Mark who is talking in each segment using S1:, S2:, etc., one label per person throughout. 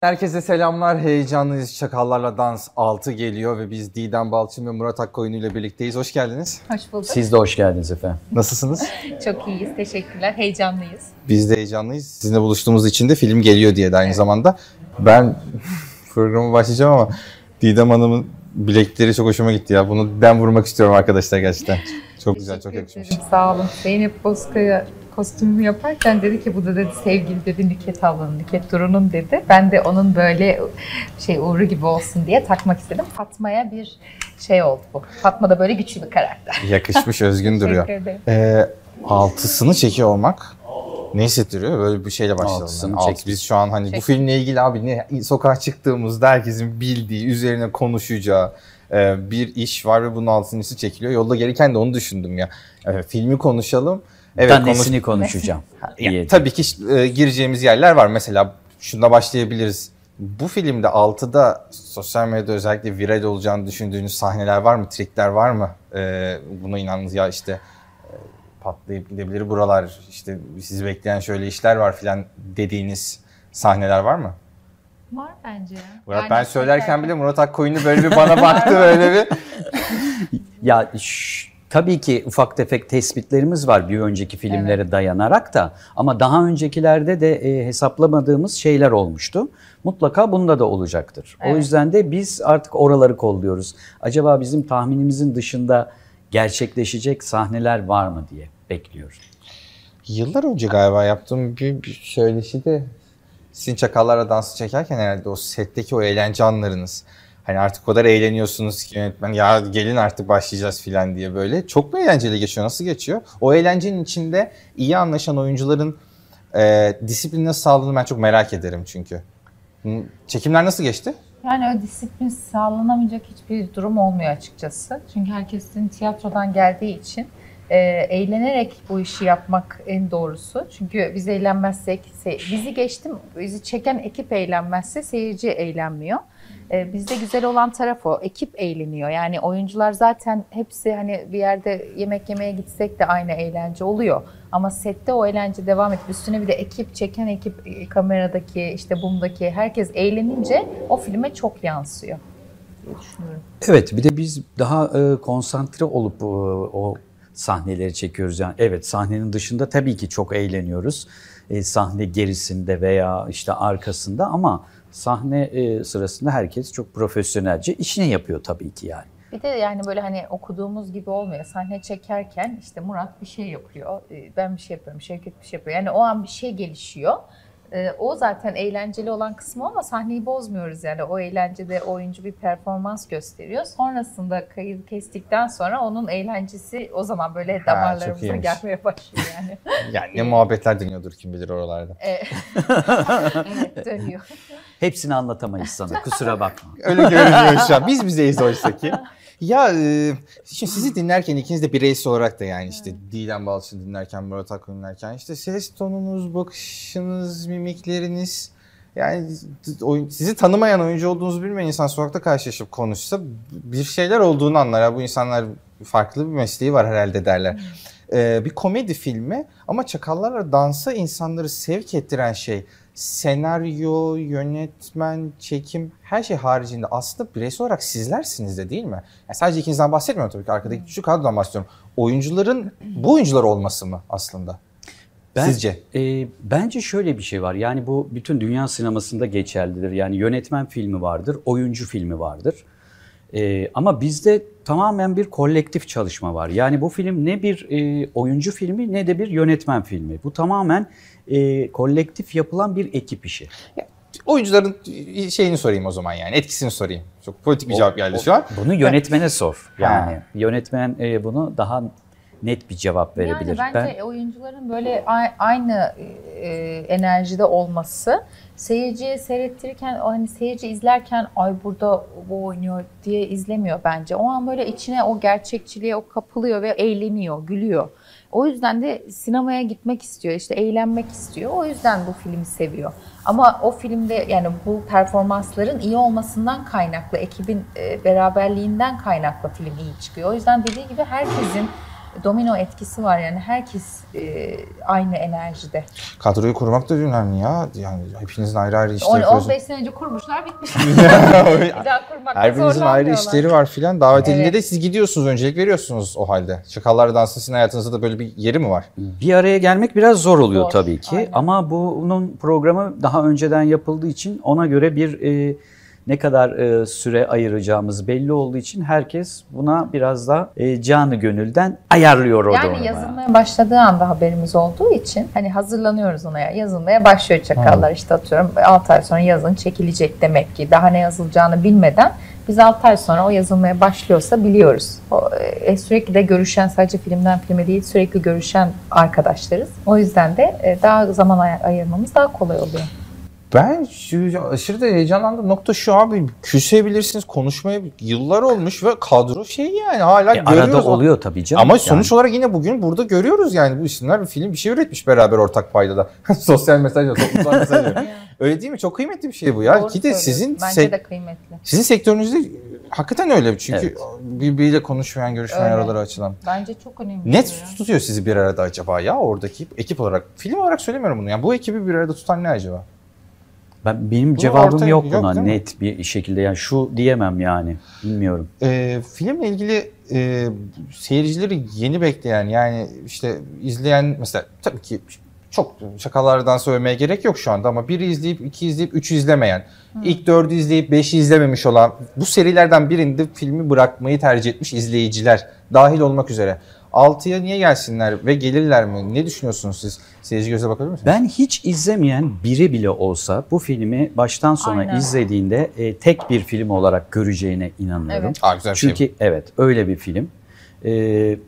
S1: Herkese selamlar. Heyecanlıyız. Çakallarla Dans 6 geliyor ve biz Didem Balçın ve Murat Akkoyunlu ile birlikteyiz. Hoş geldiniz.
S2: Hoş bulduk.
S3: Siz de hoş geldiniz efendim.
S1: Nasılsınız?
S2: Çok iyiyiz. Teşekkürler. Heyecanlıyız.
S1: biz de heyecanlıyız. Sizinle buluştuğumuz için de film geliyor diye de aynı zamanda. Ben programa başlayacağım ama Didem Hanım'ın bilekleri çok hoşuma gitti ya. Bunu den vurmak istiyorum arkadaşlar gerçekten. Çok güzel, çok
S2: Teşekkür
S1: yakışmış.
S2: ederim. Sağ olun. Zeynep Bozkaya kostümümü yaparken dedi ki bu da dedi sevgili dedi Nükhet ablanın, Nükhet Duru'nun dedi. Ben de onun böyle şey uğru gibi olsun diye takmak istedim. Fatma'ya bir şey oldu bu. Fatma da böyle güçlü bir karakter.
S1: Yakışmış, özgün duruyor.
S2: Teşekkür ederim.
S1: Ee, altısını çekiyor olmak ne hissettiriyor? Böyle bir şeyle başlayalım.
S3: Altısını
S1: Yani alt-
S3: çektik.
S1: biz şu an hani bu
S2: Çektik.
S1: filmle ilgili abi ne sokağa çıktığımızda herkesin bildiği, üzerine konuşacağı e, bir iş var ve bunun altıncısı çekiliyor. Yolda gelirken de onu düşündüm ya. E, filmi konuşalım. Evet,
S3: Evet,
S1: konuş-
S3: Tanesini konuşacağım.
S1: Ya,
S3: İyi.
S1: tabii ki e, gireceğimiz yerler var. Mesela şunda başlayabiliriz. Bu filmde 6'da sosyal medyada özellikle viral olacağını düşündüğünüz sahneler var mı? Trikler var mı? E, buna inanınız ya işte e, patlayıp gidebilir buralar. işte sizi bekleyen şöyle işler var filan dediğiniz sahneler var mı?
S2: Var bence.
S1: Murat
S2: Yani
S1: ben söylerken
S2: hakikaten-
S1: bile Murat Akkoyunlu böyle bir bana baktı böyle bir.
S3: Ya şş, tabii ki ufak tefek tespitlerimiz var bir önceki filmlere dayanarak da ama daha öncekilerde de e, hesaplamadığımız şeyler olmuştu. Mutlaka bunda da olacaktır.
S2: Evet.
S3: O yüzden de biz artık oraları kolluyoruz. Acaba bizim tahminimizin dışında gerçekleşecek sahneler var mı diye bekliyoruz.
S1: Yıllar önce galiba yaptığım bir, bir söyleşi de sizin çakallara dansı çekerken herhalde o setteki o eğlence anlarınız. Hani artık o kadar eğleniyorsunuz ki yönetmen ya gelin artık başlayacağız filan diye böyle. Çok mu eğlenceli geçiyor? Nasıl geçiyor? O eğlencenin içinde iyi anlaşan oyuncuların e, disiplini nasıl sağladığını ben çok merak ederim çünkü. Hı, Çekimler nasıl geçti?
S2: Yani o disiplin sağlanamayacak hiçbir durum olmuyor açıkçası. Çünkü herkesin tiyatrodan geldiği için e, eğlenerek bu işi yapmak en doğrusu. Çünkü biz eğlenmezsek, se- bizi geçtim, bizi çeken ekip eğlenmezse seyirci eğlenmiyor. E, bizde güzel olan taraf o, ekip eğleniyor. Yani oyuncular zaten hepsi hani bir yerde yemek yemeye gitsek de aynı eğlence oluyor. Ama sette o eğlence devam edip üstüne bir de ekip, çeken ekip, e, kameradaki, işte bumdaki herkes eğlenince o filme çok yansıyor diye düşünüyorum.
S3: Evet bir de biz daha e, konsantre olup e, o sahneleri çekiyoruz. Yani evet sahnenin dışında tabii ki çok eğleniyoruz. E, sahne gerisinde veya işte arkasında ama sahne e, sırasında herkes çok profesyonelce işini yapıyor tabii ki yani.
S2: Bir de yani böyle hani okuduğumuz gibi olmuyor. Sahne çekerken işte Murat bir şey yapıyor, e, ben bir şey yapıyorum, Şevket bir şey yapıyor. Yani o an bir şey gelişiyor. E, O zaten eğlenceli olan kısmı ama sahneyi bozmuyoruz yani. O eğlencede oyuncu bir performans gösteriyor. Sonrasında kayıt kestikten sonra onun eğlencesi o zaman böyle
S1: çok
S2: damarlarımıza
S1: iyiymiş.
S2: gelmeye başlıyor yani.
S1: Yani ne muhabbetler dönüyordur kim bilir oralarda.
S2: E, evet dönüyor.
S3: Hepsini anlatamayız sana kusura bakma.
S1: Öyle görünüyor şu an. Biz bizeyiz oysa ki. Ya e, şimdi sizi dinlerken ikiniz de bireysel olarak da yani işte Didem Balçın dinlerken, Murat Akın dinlerken işte ses tonunuz, bakışınız, mimikleriniz yani d- oyun- sizi tanımayan oyuncu olduğunuzu bilmeyen insan sokakta karşılaşıp konuşsa bir şeyler olduğunu anlar. Ya bu insanlar farklı bir mesleği var herhalde derler. E, bir komedi filmi ama çakallarla dansa insanları sevk ettiren şey senaryo, yönetmen, çekim her şey haricinde aslında bireysel olarak sizlersiniz de değil mi? Yani sadece ikinizden bahsetmiyorum tabii ki arkadaki küçük kadrodan bahsediyorum. Oyuncuların bu oyuncular olması mı aslında? Sizce?
S3: e, bence şöyle bir şey var. Yani bu bütün dünya sinemasında geçerlidir. Yani yönetmen filmi vardır, oyuncu filmi vardır. E, ama bizde tamamen bir kolektif çalışma var. Yani bu film ne bir e, oyuncu filmi ne de bir yönetmen filmi. Bu tamamen e, kolektif yapılan bir ekip işi.
S1: Oyuncuların şeyini sorayım o zaman yani etkisini sorayım. Çok politik bir cevap geldi şu an.
S3: Bunu yönetmene sor. Yani
S1: Ha.
S3: yönetmen e, bunu daha net bir cevap verebilir.
S2: Yani
S3: Ben-
S2: bence oyuncuların böyle a- aynı e, enerjide olması seyirciye seyrettirirken o hani seyirci izlerken ay burada bu oynuyor diye izlemiyor bence. O an böyle içine o gerçekçiliğe o kapılıyor ve eğleniyor, gülüyor. O yüzden de sinemaya gitmek istiyor, işte eğlenmek istiyor. O yüzden bu filmi seviyor. Ama o filmde yani bu performansların iyi olmasından kaynaklı, ekibin e, beraberliğinden kaynaklı film iyi çıkıyor. O yüzden dediği gibi herkesin domino etkisi var yani herkes e, aynı enerjide.
S1: Kadroyu kurmak da önemli ya. Yani hepinizin ayrı ayrı işleri.
S2: 15 sene önce kurmuşlar bitmiş. Bir daha kurmakta
S1: Her birinizin ayrı
S2: zorlanmıyorlar.
S1: işleri var filan. Davetinde
S2: Evet.
S1: de siz gidiyorsunuz, öncelik veriyorsunuz o halde. Çakallar Dansı sizin hayatınızda da böyle bir yeri mi var?
S3: Bir araya gelmek biraz zor oluyor
S2: Zor,
S3: tabii ki
S2: aynen.
S3: ama bunun programı daha önceden yapıldığı için ona göre bir e, ne kadar e, süre ayıracağımız belli olduğu için herkes buna biraz da e, canı gönülden ayarlıyor o E,
S2: Yani yazılmaya başladığı anda haberimiz olduğu için hani hazırlanıyoruz ona ya. Yazılmaya başlıyor çakallar işte atıyorum 6 ay sonra yazın çekilecek demek ki. Daha ne yazılacağını bilmeden biz 6 ay sonra o yazılmaya başlıyorsa biliyoruz. O, e, sürekli de görüşen sadece filmden filme değil sürekli görüşen arkadaşlarız. O yüzden de e, daha zaman ay- ayırmamız daha kolay oluyor.
S1: Ben şu, aşırı da heyecanlandığım nokta şu abi. Küsebilirsiniz, konuşmaya yıllar olmuş ve kadro şey yani hala
S3: E,
S1: görüyoruz.
S3: arada oluyor tabii canım.
S1: Ama
S3: Yani
S1: sonuç olarak yine bugün burada görüyoruz yani bu isimler bir film bir şey üretmiş beraber ortak paydada. Sosyal mesaj, toplumsal mesaj. Öyle değil mi? Çok kıymetli bir şey bu ya.
S2: Doğru
S1: Ki de
S2: söylüyorsun.
S1: sizin
S2: Bence
S1: sek-
S2: de kıymetli.
S1: sizin sektörünüzde e, hakikaten öyle çünkü
S3: Evet.
S1: birbiriyle konuşmayan, görüşmeyen
S2: Öyle.
S1: araları açılan.
S2: Bence çok önemli.
S1: Net
S2: bu ya.
S1: tutuyor sizi bir arada acaba ya oradaki ekip olarak. Film olarak söylemiyorum bunu. Yani bu ekibi bir arada tutan ne acaba?
S3: Ben,
S1: Bunun
S3: benim
S1: ortaya-
S3: cevabım yok
S1: yok
S3: buna
S1: değil mi?
S3: net bir şekilde yani şu diyemem yani bilmiyorum.
S1: Ee, filmle ilgili e, seyircileri yeni bekleyen yani işte izleyen mesela tabii ki çok şakalardan söylemeye gerek yok şu anda ama biri izleyip iki izleyip üçü izlemeyen, ilk dördü izleyip beşi izlememiş olan bu serilerden birinde filmi bırakmayı tercih etmiş izleyiciler dahil olmak üzere. Altıya niye gelsinler ve gelirler mi? Ne düşünüyorsunuz siz? Seyirci göze bakabilir misiniz?
S3: Ben hiç izlemeyen biri bile olsa bu filmi baştan sona
S2: Aynen.
S3: izlediğinde e, tek bir film olarak göreceğine inanıyorum.
S2: Evet.
S1: Aa, güzel bir şey bu.
S3: Çünkü evet öyle bir film. Ee,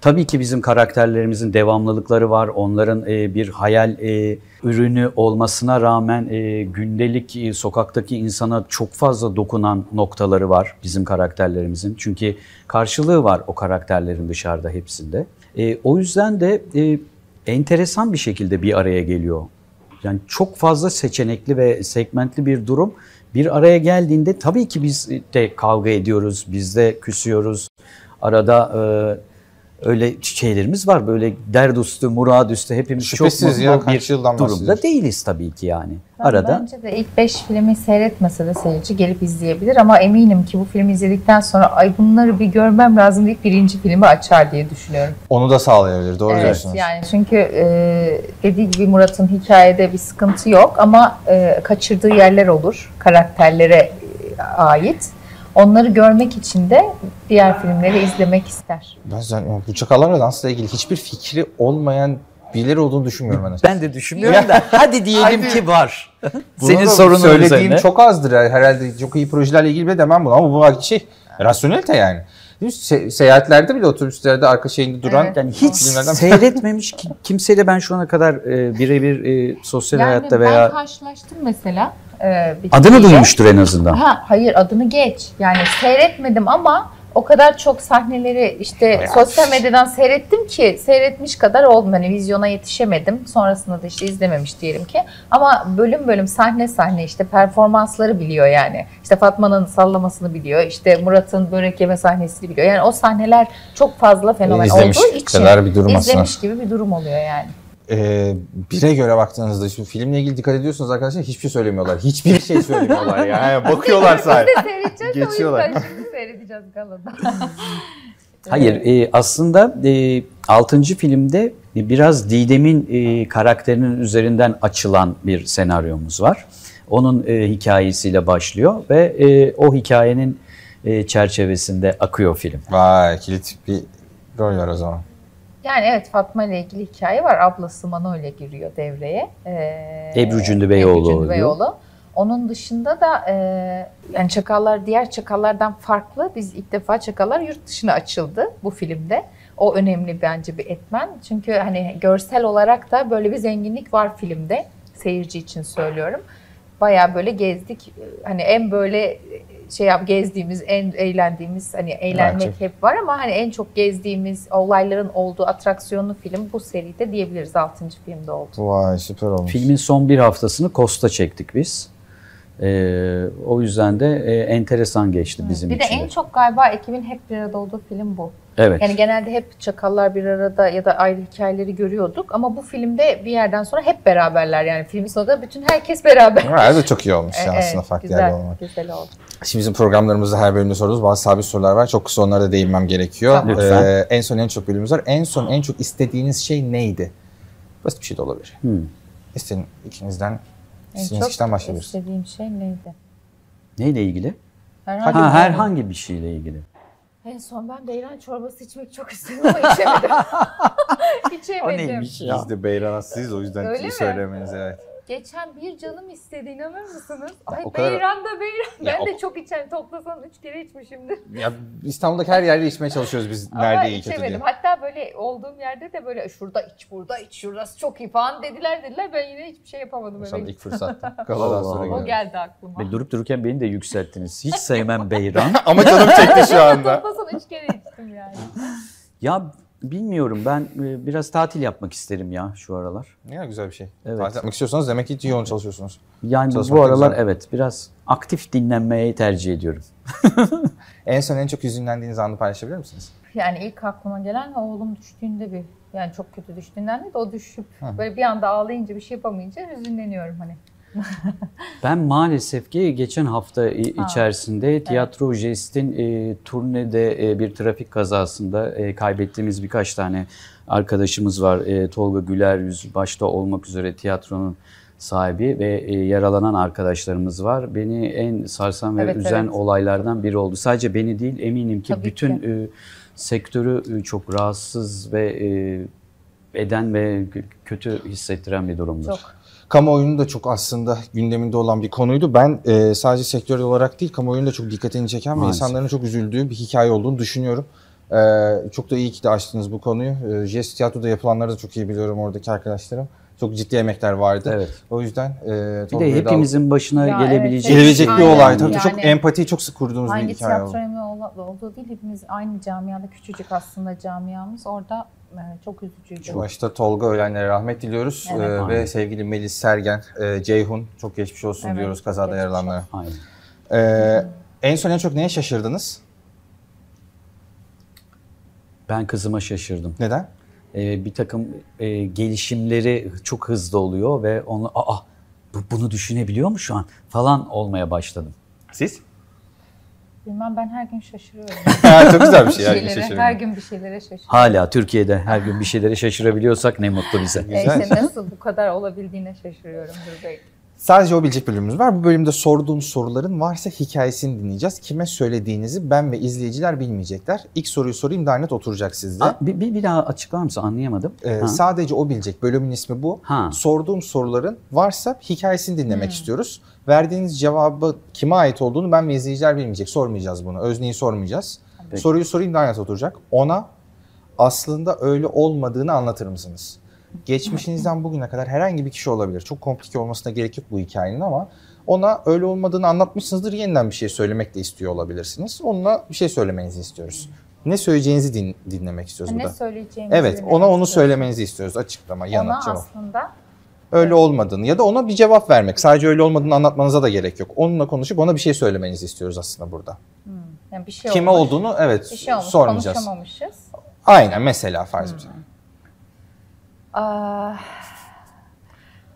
S3: tabii ki bizim karakterlerimizin devamlılıkları var. Onların e, bir hayal e, ürünü olmasına rağmen e, gündelik e, sokaktaki insana çok fazla dokunan noktaları var bizim karakterlerimizin. Çünkü karşılığı var o karakterlerin dışarıda hepsinde. E, o yüzden de e, enteresan bir şekilde bir araya geliyor yani çok fazla seçenekli ve segmentli bir durum. Bir araya geldiğinde tabii ki biz de kavga ediyoruz, biz de küsüyoruz. Arada e, öyle şeylerimiz var. Böyle derdüstü, muradüstü hepimiz
S1: Şüphesiz
S3: çok mutlu
S1: ya, kaç
S3: bir
S1: yıldan
S3: durumda
S1: bahsediyoruz?
S3: değiliz tabii ki yani.
S2: Ben
S3: Arada
S2: Bence de ilk 5 filmi seyretmese de seyirci gelip izleyebilir ama eminim ki bu filmi izledikten sonra ay bunları bir görmem lazım deyip birinci filmi açar diye düşünüyorum.
S1: Onu da sağlayabilir. Doğru diyorsunuz.
S2: yani çünkü e, dediği gibi Murat'ın hikayede bir sıkıntı yok ama e, kaçırdığı yerler olur karakterlere e, ait. Onları görmek için de diğer filmleri izlemek ister.
S1: Ben zaten bu çakallarla dansla ilgili hiçbir fikri olmayan birileri olduğunu düşünmüyorum ben.
S3: ben de düşünmüyorum da hadi diyelim ki var. Senin
S1: Bunu da
S3: sorunun
S1: söylediğim
S3: üzerine.
S1: çok azdır her- herhalde. Çok iyi projelerle ilgili bile demem bunu ama bu bak şey rasyonelite yani. Değil mi? Se- seyahatlerde bile otobüslerde arka şeyinde duran
S2: Evet.
S3: Yani hiç
S1: Filmlerden-
S3: seyretmemiş ki- kimseyle ben şu ana kadar e, birebir e, sosyal
S2: ben
S3: hayatta veya
S2: karşılaştım mesela. e, bir
S3: adını
S2: kişiyle.
S3: duymuştur en azından.
S2: Ha, hayır adını geç. Yani seyretmedim ama o kadar çok sahneleri işte sosyal medyadan seyrettim ki seyretmiş kadar oldum. Hani vizyona yetişemedim. Sonrasında da işte izlememiş diyelim ki. Ama bölüm bölüm sahne sahne işte performansları biliyor yani. İşte Fatma'nın sallamasını biliyor. İşte Murat'ın börek yeme sahnesini biliyor. Yani o sahneler çok fazla fenomen
S1: İzlemiş
S2: olduğu için
S1: kadar bir durum aslında.
S2: izlemiş gibi bir durum oluyor yani.
S1: Ee, bire göre baktığınızda şimdi filmle ilgili dikkat ediyorsunuz arkadaşlar hiçbir şey söylemiyorlar. Hiçbir şey söylemiyorlar yani. Bakıyorlar
S2: Biz
S1: sadece.
S2: de seyredeceğiz de o
S1: Geçiyorlar.
S2: yüzden şimdi seyredeceğiz galada.
S3: Hayır, e, aslında e, 6. filmde biraz Didem'in e, karakterinin üzerinden açılan bir senaryomuz var. Onun e, hikayesiyle başlıyor ve e, o hikayenin e, çerçevesinde akıyor film.
S1: Vay kilit bir rol var o zaman.
S2: Yani evet Fatma ile ilgili hikaye var. Ablası Mano ile giriyor devreye. Ee,
S3: Ebru Cündübeyoğlu
S2: Ebru Cündübeyoğlu.
S3: oluyor.
S2: Onun dışında da e, yani çakallar diğer çakallardan farklı. Biz ilk defa çakallar yurt dışına açıldı bu filmde. O önemli bence bir etmen. Çünkü hani görsel olarak da böyle bir zenginlik var filmde. Seyirci için söylüyorum. Bayağı böyle gezdik. Hani en böyle şey yap gezdiğimiz, en eğlendiğimiz hani eğlenmek
S1: Bence.
S2: hep var ama hani en çok gezdiğimiz olayların olduğu atraksiyonlu film bu seride diyebiliriz. 6. filmde oldu.
S1: Vay süper olmuş.
S3: Filmin son bir haftasını Kosta çektik biz. E, o yüzden de e, enteresan geçti bizim
S2: bir de
S3: için.
S2: en çok galiba ekibin hep bir arada olduğu film bu.
S3: Evet.
S2: Yani genelde hep çakallar bir arada ya da ayrı hikayeleri görüyorduk ama bu filmde bir yerden sonra hep beraberler yani filmin sonunda bütün herkes beraber.
S1: Ha, da çok iyi olmuş ya
S2: E, Evet,
S1: aslında farklı
S2: güzel,
S1: yerde olmak.
S2: Güzel oldu.
S1: Şimdi bizim programlarımızda her bölümde sorduğumuz bazı sabit sorular var. Çok kısa onlara da değinmem gerekiyor.
S2: Tamam.
S3: Lütfen.
S1: Ee, en son en çok bölümümüz var. En son en çok istediğiniz şey neydi? Basit bir şey de olabilir.
S3: Hmm.
S1: İsteyin ikinizden,
S2: En
S1: istediğiniz
S2: çok
S1: kişiden başlayabiliriz.
S2: istediğim şey neydi?
S3: Neyle ilgili?
S2: Herhangi
S3: ha,
S2: bir-
S3: herhangi bir şeyle ilgili.
S2: En son ben beyran çorbası içmek çok istedim ama içemedim. içemedim.
S3: ya?
S1: Biz de beyranasıyız o yüzden
S2: Öyle mi?
S1: söylemeniz evet.
S2: Geçen bir canım istedi inanır mısınız?
S1: Ya
S2: Ay
S1: Ah, o kadar-
S2: beyran da beyran.
S1: Ya
S2: ben
S1: o-
S2: de çok içen toplasam üç kere içmişimdir.
S1: Ya İstanbul'daki her yerde içmeye çalışıyoruz biz
S2: Ama
S1: nerede iyi kötü diye.
S2: içemedim. Hatta böyle olduğum yerde de böyle şurada iç, burada iç, şurası çok iyi falan dediler dediler. Ben yine hiçbir şey yapamadım.
S1: İnşallah
S2: Öyle.
S1: ilk fırsatta. Kaladan
S3: Allah
S1: sonra
S3: Allah.
S2: O
S1: gidelim.
S2: geldi aklıma.
S3: Ve durup dururken beni de yükselttiniz. Hiç sevmem Beyran.
S1: Ama canım çekti şu anda.
S2: Toplasam üç kere içtim yani.
S3: Ya bilmiyorum ben e, biraz tatil yapmak isterim ya şu aralar.
S1: Ne kadar güzel bir şey.
S3: Evet.
S1: Tatil yapmak istiyorsanız demek ki yoğun çalışıyorsunuz.
S3: Yani
S1: Çalışmak
S3: bu
S1: da
S3: aralar
S1: güzel.
S3: evet biraz aktif dinlenmeyi tercih ediyorum.
S1: En son en çok hüzünlendiğiniz anı paylaşabilir misiniz?
S2: Yani ilk aklıma gelen oğlum düştüğünde bir yani çok kötü düştüğünden değil de o düşüp böyle bir anda ağlayınca bir şey yapamayınca hüzünleniyorum hani.
S3: Ben maalesef ki geçen hafta i-
S2: Ha.
S3: içerisinde Tiyatro Jest'in e, turnede e, bir trafik kazasında e, kaybettiğimiz birkaç tane arkadaşımız var. E, Tolga Güler Yüz başta olmak üzere tiyatronun sahibi ve e, yaralanan arkadaşlarımız var. Beni en sarsan ve
S2: Evet,
S3: üzen
S2: evet.
S3: olaylardan biri oldu. Sadece beni değil eminim ki
S2: Tabii
S3: bütün e, sektörü e, çok rahatsız ve e, eden ve k- kötü hissettiren bir durumdur.
S2: Çok.
S1: Kamuoyunun da çok aslında gündeminde olan bir konuydu. Ben e, sadece sektör olarak değil kamuoyunun da çok dikkatini çeken ve
S3: Maalesef.
S1: insanların çok üzüldüğü bir hikaye olduğunu düşünüyorum. E, çok da iyi ki de açtınız bu konuyu. E, Jest Tiyatro'da yapılanları da çok iyi biliyorum oradaki arkadaşlarım. Çok ciddi emekler vardı.
S3: Evet.
S1: O yüzden e,
S3: Bir
S1: Tolga
S3: de
S1: Ödal-
S3: hepimizin başına
S2: Ya
S3: gelebilecek,
S2: evet,
S1: gelebilecek bir
S2: Aynen.
S1: olay tabii.
S2: Yani-
S1: çok empatiyi çok sık kurduğumuz bir
S2: Hangi
S1: hikaye oldu.
S2: tiyatro emeği ola- olduğu değil hepimiz aynı camiada küçücük aslında camiamız orada e, çok üzücüydü.
S1: Başta Tolga ölenlere rahmet diliyoruz
S2: Evet.
S1: Ee,
S3: Aynen.
S1: ve sevgili Melis Sergen, e, Ceyhun çok geçmiş olsun
S2: Evet,
S1: diyoruz kazada
S2: geçmiş
S1: yaralananlara.
S3: Aynen.
S1: Ee, en son en çok neye şaşırdınız?
S3: Ben kızıma şaşırdım.
S1: Neden?
S3: Ee, bir takım e, gelişimleri çok hızlı oluyor ve onu aa bu, bunu düşünebiliyor mu şu an falan olmaya başladım.
S1: Siz?
S2: Bilmem ben her gün şaşırıyorum.
S1: çok güzel bir
S2: bir
S1: şey. Her gün
S2: şeylere,
S1: şaşırıyorum.
S2: her gün bir şeylere şaşırıyorum.
S3: Hala Türkiye'de her gün bir şeylere şaşırabiliyorsak ne mutlu bize.
S2: E,
S1: Güzel.
S2: işte nasıl bu kadar olabildiğine şaşırıyorumdur belki.
S1: Sadece o bilecek bölümümüz var. Bu bölümde sorduğum soruların varsa hikayesini dinleyeceğiz. Kime söylediğinizi ben ve izleyiciler bilmeyecekler. İlk soruyu sorayım daha net oturacak sizde.
S3: Aa, bir, bir, bir daha açıklar mısın? Anlayamadım.
S1: Ee,
S3: Ha.
S1: sadece o bilecek bölümün ismi bu.
S3: Ha. Hmm.
S1: Sorduğum soruların varsa hikayesini dinlemek istiyoruz. Verdiğiniz cevabı kime ait olduğunu ben ve izleyiciler bilmeyecek. Sormayacağız bunu. Özneyi sormayacağız.
S3: Peki.
S1: Soruyu sorayım daha net oturacak. Ona aslında öyle olmadığını anlatır mısınız? Geçmişinizden bugüne kadar herhangi bir kişi olabilir. Çok komplike olmasına gerek yok bu hikayenin ama ona öyle olmadığını anlatmışsınızdır. Yeniden bir şey söylemek de istiyor olabilirsiniz. Onunla bir şey söylemenizi istiyoruz. Ne söyleyeceğinizi din- dinlemek istiyoruz
S2: Ne
S1: burada.
S2: söyleyeceğimizi
S1: Evet,
S2: bilmiyorum.
S1: ona onu söylemenizi istiyoruz. Açıklama,
S2: Ona
S1: yanıt, cevap.
S2: aslında
S1: Öyle olmadığını ya da ona bir cevap vermek. Sadece öyle olmadığını anlatmanıza da gerek yok. Onunla konuşup ona bir şey söylemenizi istiyoruz aslında burada.
S2: yani bir şey
S1: Kime
S2: olmuş,
S1: olduğunu evet
S2: bir şey Hmm. olmuş,
S1: sormayacağız.
S2: konuşamamışız.
S1: Aynen mesela farz bir şey.
S2: Aa,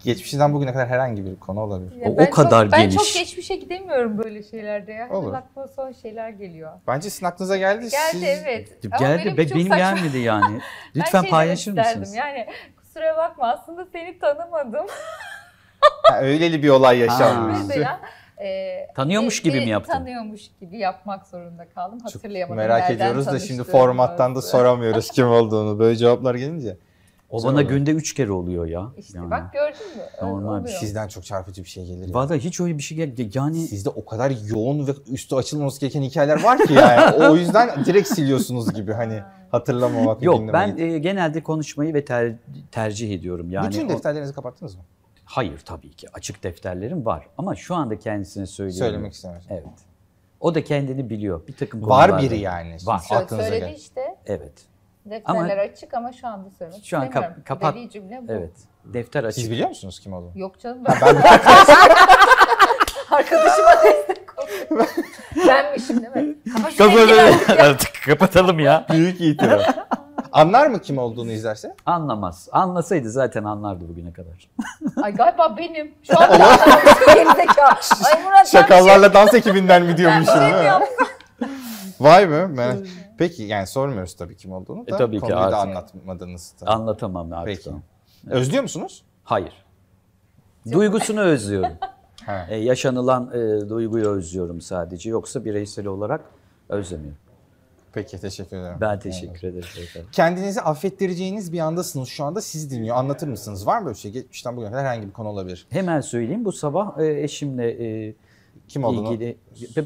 S1: Geçmişinden bugüne kadar herhangi bir konu olabilir.
S2: ya
S3: O- o
S2: ben çok-
S3: kadar
S2: ben
S3: geniş.
S2: çok geçmişe gidemiyorum böyle şeylerde ya.
S1: Olur.
S2: Olur. Aklıma son şeyler geliyor.
S1: Bence sizin aklınıza geldi.
S2: Geldi
S1: Siz-
S2: evet. Ama
S3: Geldi, be-
S2: çok
S3: benim
S2: saçma-
S3: gelmedi yani.
S2: Ben
S3: Lütfen
S2: şey demek
S3: paylaşır
S2: isterdim.
S3: mısınız?
S2: Yani kusura bakma aslında seni tanımadım
S1: Ha, öyleli bir olay yaşanmış.
S3: Ha.
S2: mesela. e,
S3: Tanıyormuş
S2: bir-
S3: gibi
S2: bir
S3: mi yaptın?
S2: Tanıyormuş gibi yapmak zorunda kaldım. Hatırlayamadım.
S1: Merak
S2: nereden
S1: ediyoruz da şimdi
S2: tanıştığımızı.
S1: formattan da soramıyoruz kim olduğunu. Böyle cevaplar gelince.
S3: O
S1: Güzel
S3: bana
S1: oldu.
S3: günde üç kere oluyor ya.
S2: İşte
S3: Yani.
S2: bak gördün mü? Öyle
S3: Normal bir
S2: oluyor.
S1: Sizden çok çarpıcı bir şey gelir. ya.
S3: Valla hiç öyle bir şey geldi. Yani
S1: Sizde o kadar yoğun ve üstü açılmaması gereken hikayeler var ki yani. o yüzden direkt siliyorsunuz gibi hani hatırlamamak.
S3: yok
S1: dinlemeyi.
S3: ben e, genelde konuşmayı ve ter- tercih ediyorum. Yani
S1: Bütün
S3: o-
S1: defterlerinizi kapattınız mı?
S3: Hayır tabii ki. Açık defterlerim var. Ama şu anda kendisine söyleyemiyorum.
S1: Söylemek istemiyorum.
S3: Evet. O da kendini biliyor. Bir takım
S1: Var
S3: konularda-
S1: biri yani.
S3: Var.
S1: Şimdi
S2: Şöyle
S1: Aklınıza
S2: söyledi
S1: gel.
S2: işte.
S3: Evet.
S2: Defterler açık ama şu anda söylemek
S3: Şu an kap-
S2: istemiyorum.
S3: kapat-
S2: Deli cümle bu.
S3: Evet. Defter açık.
S1: Siz biliyor musunuz kim olduğunu?
S2: Yok canım ben.
S1: Ben
S2: Arkadaşıma destek ol. Benmişim değil mi? Kafa şuraya gidelim.
S4: Artık kapatalım ya.
S1: Büyük itiraf. Anlar mı kim olduğunu izlerse?
S3: Anlamaz. Anlasaydı zaten anlardı bugüne kadar.
S2: Ay galiba benim. Şu anda gerizekalı. Ay Murat şey sen
S1: Şakallarla dans ekibinden mi diyormuşsun?
S2: bir şey
S1: değil mi?
S2: yaptın.
S1: Vay be. merak- Peki yani sormuyoruz tabii kim olduğunu da.
S3: E, tabii ki
S1: konuyu da
S3: artık.
S1: anlatmadınız. da.
S3: Anlatamam artık
S1: Peki.
S3: onu.
S1: Özlüyor musunuz?
S3: Hayır. Duygusunu özlüyorum.
S1: Ha.
S3: E, yaşanılan e, duyguyu özlüyorum sadece. Yoksa bireysel olarak özlemiyorum.
S1: Peki teşekkür ederim.
S3: Ben teşekkür ederim. efendim.
S1: Kendinizi affettireceğiniz bir andasınız şu anda sizi dinliyor. Anlatır mısınız? Var mı böyle bir şey? Geçmişten bugüne kadar herhangi bir konu olabilir.
S3: Hemen söyleyeyim. Bu sabah e, eşimle e,
S1: Kim olduğunu?
S3: ilgili...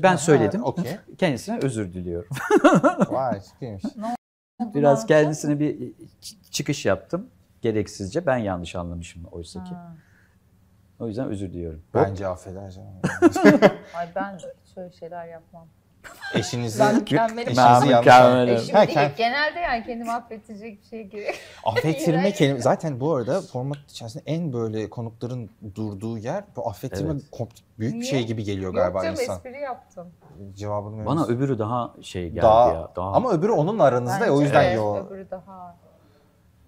S3: Ben söyledim.
S1: Ha, Okey.
S3: Kendisine özür diliyorum.
S1: Vay ciddi
S3: Biraz kendisine bir ç- çıkış yaptım. Gereksizce. Ben yanlış anlamışım oysa ki.
S2: Ha.
S3: O yüzden özür diliyorum.
S1: Bence affeder canım.
S2: Ay ben hiç öyle şeyler yapmam.
S1: Eşinizi...
S2: Ben mükemmelim.
S1: Eşinizi yanlış...
S4: Mükemmel. Evet.
S2: Eşim
S1: Ha,
S2: değil.
S1: kend-
S2: Genelde yani kendimi affedecek bir şeye gerek.
S1: Affettirme
S2: İğrenç.
S1: kelime zaten bu arada format içerisinde en böyle konukların durduğu yer bu affettirme
S3: Evet.
S1: kom- büyük bir
S2: Niye?
S1: şey gibi geliyor
S2: Yok
S1: galiba
S2: canım
S1: insan.
S2: espri yaptım.
S1: Cevabını veriyorsun.
S3: Bana öbürü daha şey geldi
S1: Daha-
S3: ya. Daha
S1: Ama öbürü onunla aranızda ya, o
S2: Bence
S1: yüzden
S2: evet,
S1: yo.
S2: Öbürü daha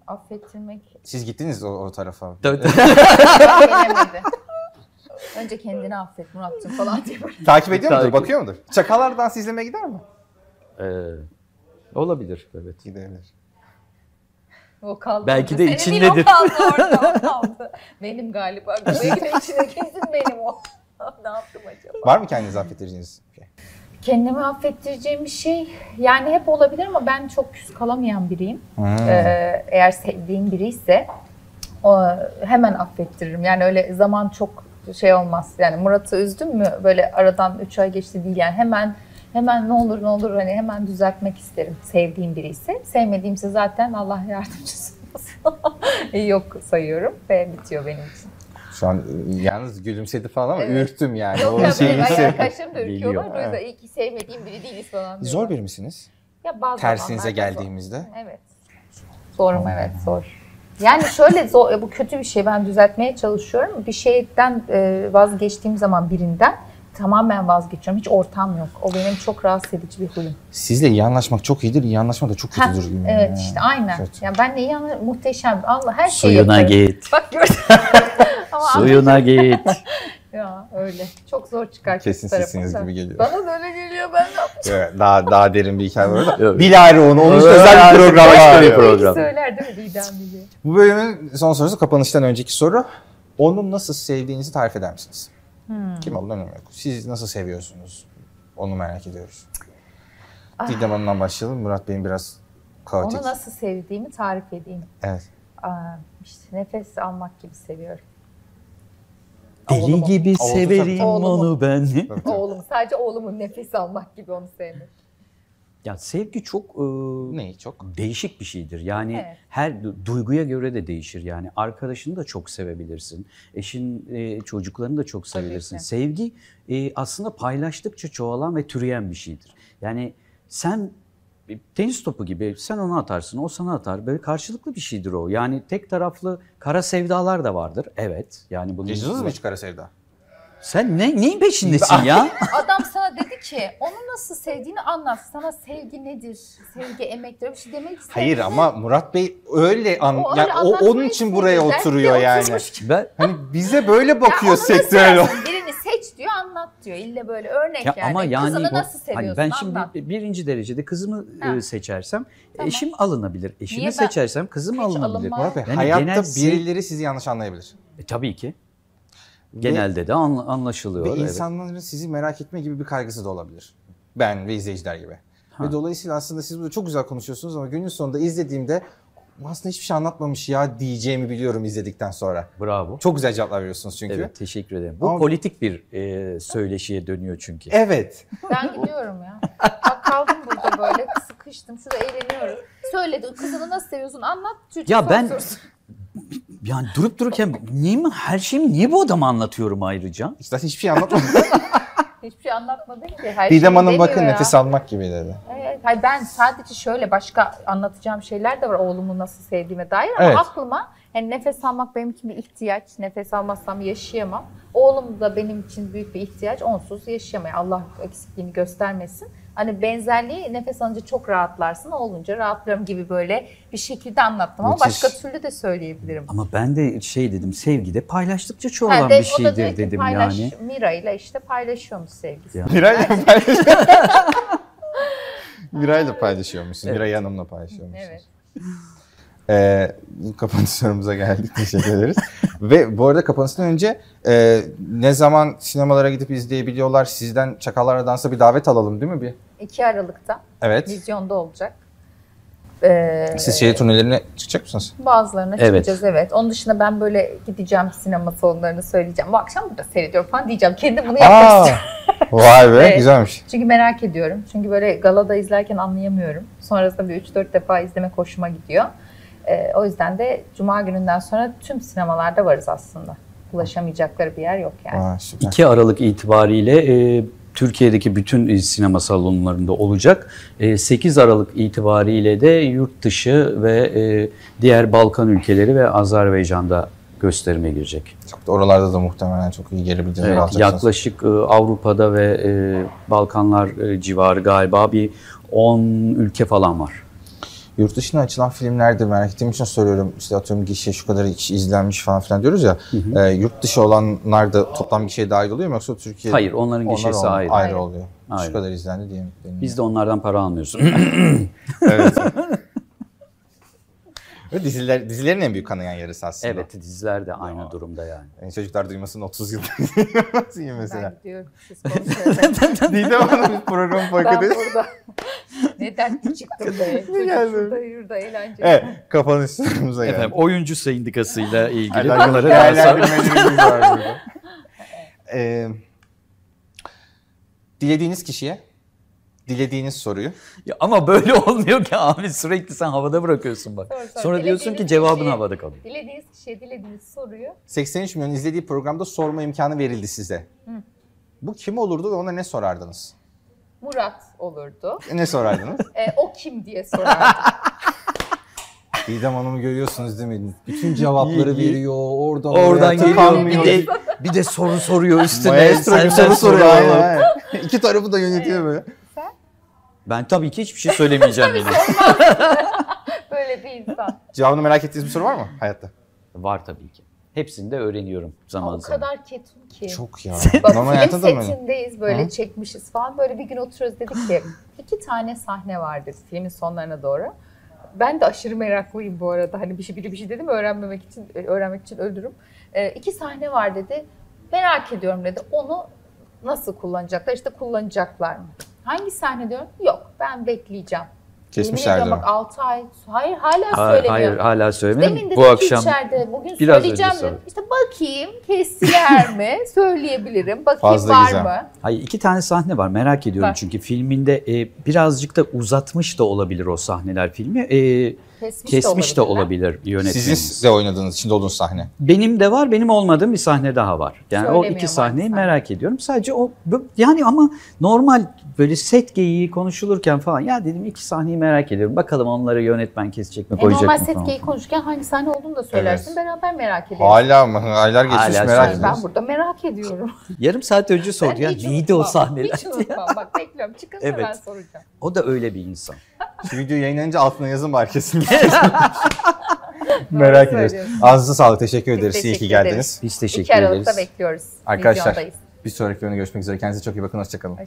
S2: affettirmek
S1: Siz gittiniz o, o tarafa.
S3: Tabii, tabii.
S2: gelemedi. Önce kendini affet Murat'cığım falan diye böyle.
S1: Takip ediyor mudur?
S3: Takip-
S1: Bakıyor mudur? Çakalar dans izlemeye gider mi?
S3: Ee, olabilir evet.
S1: Gidebilir.
S2: O kaldı.
S3: Belki
S2: orada.
S3: de
S2: Senin
S3: içindedir.
S2: O kaldı orada o kaldı. Benim galiba. Belki de içinde kesin benim o. ne yaptım acaba?
S1: Var mı kendinizi affettireceğiniz? bir şey?
S2: Kendimi affettireceğim bir şey yani hep olabilir ama ben çok küs kalamayan biriyim. Ee, eğer sevdiğim biri ise o, hemen affettiririm. Yani öyle zaman çok şey olmaz. Yani Murat'ı üzdüm mü böyle aradan 3 ay geçti değil yani hemen hemen ne olur ne olur hani hemen düzeltmek isterim sevdiğim biri ise. Sevmediğimse zaten Allah yardımcısı olsun. Yok sayıyorum ve bitiyor benim için.
S1: Şu an e, yalnız gülümsedi falan ama
S2: Evet.
S1: ürktüm yani.
S2: Yok
S1: o
S2: ya
S1: şeyi
S2: benim
S1: hissettim.
S2: arkadaşlarım da ürküyorlar. O
S1: Biliyor.
S2: yüzden iyi ki sevmediğim biri değiliz falan diyorlar.
S1: Zor bir misiniz?
S2: Ya bazı
S1: Tersinize
S2: zamanlarda zor.
S1: geldiğimizde.
S2: Evet. Zorum evet zor. Yani şöyle zor, bu kötü bir şey ben düzeltmeye çalışıyorum. Bir şeyden e, vazgeçtiğim zaman birinden tamamen vazgeçiyorum. Hiç ortam yok. O benim çok rahatsız edici bir huyum.
S1: Sizle iyi anlaşmak çok iyidir, iyi anlaşmak da çok
S2: Heh,
S1: kötüdür gibi.
S2: Evet işte aynen.
S1: Kötü.
S2: Yani ben neyi anlarım? Muhteşem. Allah her şey şeyi
S3: Suyuna
S2: yaparım.
S3: git.
S2: Bak gördün. Ama
S3: Suyuna git.
S2: ya öyle. Çok zor çıkar.
S1: Kesin
S2: kız
S1: sizsiniz
S2: tarafından.
S1: gibi geliyor.
S2: Bana da öyle geliyor. Ben de
S1: Evet, daha daha derin bir hikaye var orada.
S3: Evet.
S1: Bilal onu, onun için
S3: Evet,
S1: özel bir
S3: artık
S1: program
S3: başka bir
S1: var.
S3: program.
S2: Belki söyler değil mi Didem biliyor.
S1: Bu bölümün son sorusu kapanıştan önceki soru. Onu nasıl sevdiğinizi tarif eder misiniz?
S2: Hmm.
S1: Kim olduğunu önemi yok. Siz nasıl seviyorsunuz? Onu merak ediyoruz. Didem Hanım'dan başlayalım. Murat Bey'in biraz kaotik.
S2: Ah, Onu nasıl sevdiğimi tarif edeyim.
S1: Evet.
S2: Aa, işte nefes almak gibi seviyorum.
S3: Deli
S2: Oğlumu.
S3: gibi
S1: Oğlumu.
S3: severim
S2: Oğlumu.
S3: onu ben.
S1: Tabii, tabii.
S2: Oğlum sadece oğlumun nefes almak gibi onu sevmek.
S3: ya sevgi çok e,
S1: Neyi çok?
S3: değişik bir şeydir. Yani
S2: Evet.
S3: her du- duyguya göre de değişir. Yani arkadaşını da çok sevebilirsin. Eşin, e, çocuklarını da çok
S2: Tabii
S3: sevebilirsin.
S2: ki.
S3: Sevgi e, aslında paylaştıkça çoğalan ve türeyen bir şeydir. Yani sen e, tenis topu gibi sen ona atarsın, o sana atar. Böyle karşılıklı bir şeydir o. Yani tek taraflı kara sevdalar da vardır. Evet. Yani bunun
S1: Yaşadınız mı hiç kara sevda?
S3: Sen ne neyin peşindesin ya?
S2: Adam sana dedi ki onu nasıl sevdiğini anlat. Sana sevgi nedir? Sevgi emektir. Bir şey demek istedim.
S1: Hayır ama Murat Bey öyle an,
S2: O öyle
S1: yani o,
S2: anlatmayı
S1: onun için buraya
S2: istedi. Ben de
S1: oturuyor yani.
S2: oturmuş
S3: Ben
S1: Hani bize böyle bakıyor sektörel olarak.
S2: Birini seç diyor anlat diyor. İlle böyle örnek
S3: Ya
S2: yani.
S3: ama yani
S2: Kızını
S3: bu-
S2: nasıl seviyorsun
S3: hani ben şimdi
S2: anlat.
S3: birinci derecede kızımı
S2: Ha.
S3: e, seçersem
S2: Tamam.
S3: eşim alınabilir. Eşimi
S2: Niye ben-
S3: seçersem kızım
S2: Hiç
S3: alınabilir.
S2: alınmaz.
S1: Murat Bey
S3: Yani
S1: hayatta
S3: genel sev-
S1: birileri sizi yanlış anlayabilir.
S3: E, tabii ki.
S1: Ve-
S3: Genelde de anla-
S1: Ve
S3: anlaşılıyor. evet.
S1: insanların sizi merak etme gibi bir kaygısı da olabilir. Ben ve izleyiciler gibi.
S3: Ha.
S1: Ve dolayısıyla aslında siz burada çok güzel konuşuyorsunuz ama günün sonunda izlediğimde aslında hiçbir şey anlatmamış ya diyeceğimi biliyorum izledikten sonra.
S3: Bravo.
S1: Çok güzel cevaplar veriyorsunuz çünkü.
S3: Evet,
S1: Evet.
S3: teşekkür ederim. Bu
S1: Ama-
S3: politik bir e, söyleşiye dönüyor çünkü.
S2: Ben gidiyorum ya. Bak kaldım burada böyle sıkıştım. Şurada eğleniyorum. Söyledi kızını nasıl seviyorsun anlat. Çocuk
S3: Ya
S2: son
S3: ben-
S2: sorusu.
S3: Yani durup dururken niye mi her şeyimi niye bu adama anlatıyorum ayrıca?
S1: İşte zaten hiçbir şey anlatmadım.
S2: Hiçbir şey anlatmadın ki. Her
S1: Didem
S2: şeyi
S1: Hanım
S2: demiyor
S1: bakın
S2: ya.
S1: nefes almak gibi dedi.
S2: Evet, hayır ben sadece şöyle başka anlatacağım şeyler de var oğlumu nasıl sevdiğime dair ama
S1: Evet.
S2: aklıma Yani nefes almak benim için bir ihtiyaç. Nefes almazsam yaşayamam. Oğlum da benim için büyük bir ihtiyaç. Onsuz yaşayamayız. Allah eksikliğini göstermesin. Hani benzerliği nefes alınca çok rahatlarsın, olunca rahatlıyorum gibi böyle bir şekilde anlattım ama
S3: Müthiş.
S2: başka türlü de söyleyebilirim.
S3: Ama ben de şey dedim sevgide paylaştıkça
S2: Ha,
S3: çoğalan
S2: de-
S3: bir
S2: o da diyor
S3: şeydir
S2: ki
S3: dedim
S2: paylaş,
S3: yani.
S2: Mira ile işte paylaşıyormuş sevgisi.
S3: Ya.
S1: Mirayla paylaşıyor. Mirayla paylaşıyormuşsun. Miray Hanım'la paylaşıyormuşsun.
S2: Evet.
S1: Ee, kapanış sorumuza geldik. Teşekkür ederiz. Ve bu arada kapanıştan önce e, ne zaman sinemalara gidip izleyebiliyorlar? Sizden Çakallarla Dans'a bir davet alalım değil mi? bir?
S2: 2 Aralık'ta
S1: Evet.
S2: vizyonda olacak. Ee,
S1: Siz şehir turnelerine çıkacak mısınız?
S2: Bazılarına
S3: Evet.
S2: çıkacağız evet. Onun dışında ben böyle gideceğim sinema salonlarına söyleyeceğim. Bu akşam burada seyrediyorum falan diyeceğim. Kendim bunu yapmak
S1: Aa,
S2: istiyorum.
S1: vay be
S2: Evet.
S1: güzelmiş.
S2: Çünkü merak ediyorum. Çünkü böyle galada izlerken anlayamıyorum. Sonrasında bir 3-4 defa izlemek hoşuma gidiyor. Ee, o yüzden de cuma gününden sonra tüm sinemalarda varız aslında. Ulaşamayacakları bir yer yok yani.
S1: Aa, süper.
S3: 2 Aralık itibariyle e, Türkiye'deki bütün e, sinema salonlarında olacak. E, 8 Aralık itibariyle de yurt dışı ve e, diğer Balkan ülkeleri ve Azerbaycan'da gösterime girecek.
S1: Çok da oralarda da muhtemelen çok iyi geri bildirimler
S3: Evet,
S1: alacaksınız.
S3: yaklaşık e, Avrupa'da ve e, Balkanlar e, civarı galiba bir 10 ülke falan var.
S1: Yurt dışına açılan filmlerde merak ettiğim için soruyorum. İşte atıyorum gişe şu kadar kişi izlenmiş falan filan diyoruz ya. E, yurt dışı olanlar da toplam gişeye dahil oluyor mu yoksa Türkiye?
S3: Hayır, onların
S1: Onlar
S3: gişesi
S1: olan-
S3: ayrı.
S2: Ayrı.
S1: oluyor.
S3: Ayrı.
S1: Şu kadar izlendi diye.
S3: Biz de onlardan para almıyoruz.
S1: evet. Ve diziler, dizilerin en büyük kanayan yarısı aslında.
S3: evet, diziler de aynı durumda yani.
S1: Yani çocuklar duymasın 30 yıl izlemesin
S2: Ben
S1: mesela.
S2: gidiyorum. Siz konuşuyorsunuz.
S1: Didem Hanım biz programın
S2: ben
S1: farkındayız.
S2: burada. Neden çıktım be? Çocuk
S1: geldi?
S2: şurada yurda eğlence.
S1: Evet, kapanış sorumuza geldik.
S3: oyuncu sendikasıyla ilgili
S1: Bunları değerlendirmelerimiz var burada. Ee, dilediğiniz kişiye dilediğiniz soruyu
S3: Ya ama böyle olmuyor ki abi sürekli sen havada bırakıyorsun bak.
S2: Sonra- sonra
S3: Sonra diyorsun ki
S2: dilediğiniz
S3: cevabın
S2: kişiye-
S3: havada kalıyor.
S2: Dilediğiniz kişiye dilediğiniz soruyu
S1: 83 milyon izlediği programda sorma imkanı verildi size. Bu kim olurdu ve ona ne sorardınız?
S2: Murat olurdu.
S1: Ne sorardınız?
S2: E, o kim diye sorardım.
S1: Didem Hanım'ı görüyorsunuz değil mi? Bütün cevapları
S3: İyi, iyi.
S1: veriyor. Oradan
S3: Oradan
S1: oraya
S3: geliyor
S1: takılmıyor.
S3: bir de, bir de soru soruyor üstüne.
S1: Maestro gibi
S3: Sen- sen
S1: soru soruyor.
S3: sor oğlum.
S1: aynen, aynen. İki tarafı da yönetiyor böyle.
S3: Ben tabii ki hiçbir şey söylemeyeceğim yine.
S2: Böyle bir insan.
S1: Cevabını merak ettiğiniz bir soru var mı hayatta?
S3: Var tabii ki. Hepsini de öğreniyorum
S2: Ama
S3: zaman
S2: o
S3: zaman.
S2: kadar ketum ki.
S1: Çok ya.
S2: Bak
S1: Normal
S2: film
S1: hayatta da mı?
S2: setindeyiz böyle çekmişiz falan. Böyle bir gün oturuyoruz dedik ki iki tane sahne vardı filmin sonlarına doğru. Ben de aşırı meraklıyım bu arada. Hani bir şey biri bir şey dedim öğrenmemek için öğrenmek için öldürürüm. E, iki sahne var dedi. Merak ediyorum dedi. Onu nasıl kullanacaklar? İşte kullanacaklar mı? Hangi sahne diyorum? Yok ben bekleyeceğim. Yemin
S1: Kesmişlerdi
S2: ediyorum
S1: onu.
S2: bak 6 ay. Hayır hala
S3: Hayır,
S2: söylemiyor.
S3: hayır hala
S2: Demin
S3: söylemedim.
S2: dedim
S3: Bu
S2: ki
S3: akşam
S2: içeride bugün
S3: biraz
S2: söyleyeceğim
S3: önce
S2: dedim. İşte bakayım kestiler mi? Söyleyebilirim. Bakayım
S1: Fazla
S2: var
S1: güzel.
S2: mı?
S3: Hayır iki tane sahne var merak ediyorum
S2: Var.
S3: çünkü filminde e, birazcık da uzatmış da olabilir o sahneler filmi. E,
S2: Kesmiş,
S3: kesmiş de
S2: olabilirler.
S3: olabilir
S1: Sizin
S3: yönetmenin.
S1: size oynadığınız, içinde olduğunuz sahne.
S3: Benim de var, benim olmadığım bir sahne daha var. Yani o
S2: Söylemiyor
S3: iki sahneyi
S2: maalesef.
S3: merak ediyorum. Sadece o bu- yani ama normal böyle set geyiği konuşulurken falan ya dedim iki sahneyi merak ediyorum. Bakalım onları yönetmen kesecek mi,
S2: E,
S3: koyacak
S2: normal
S3: mı falan.
S2: Setke'yi konuşurken hangi sahne olduğunu da söylersin.
S1: Evet.
S2: Beraber merak ediyoruz.
S1: Hala mı? Aylar geçmiş
S3: Hala
S1: merak
S2: Yani
S1: ediyoruz.
S2: ben burada merak ediyorum.
S3: Yarım saat önce sordu
S2: Ben
S3: ya
S2: hiç
S3: neydi o
S2: unutmam,
S3: sahneler?
S2: Hiç unutmam. Bak bekliyorum. Çıkınca
S3: Evet.
S2: ben soracağım.
S3: O da öyle bir insan.
S1: Şu video yayınlanınca altına yazın var kesin. merak ediyoruz.
S2: söylüyorsun.
S1: Ağzınıza sağlık. Teşekkür
S2: Biz
S1: ederiz. İyi ki
S2: teşekkür
S1: geldiniz.
S2: ederiz.
S3: Biz
S2: 2
S3: teşekkür ederiz.
S2: Aralık'ta bekliyoruz.
S1: Arkadaşlar.
S2: Vizyondayız.
S1: Bir sonraki bölümde görüşmek üzere. Kendinize çok iyi bakın. Hoşçakalın.
S2: Hoşça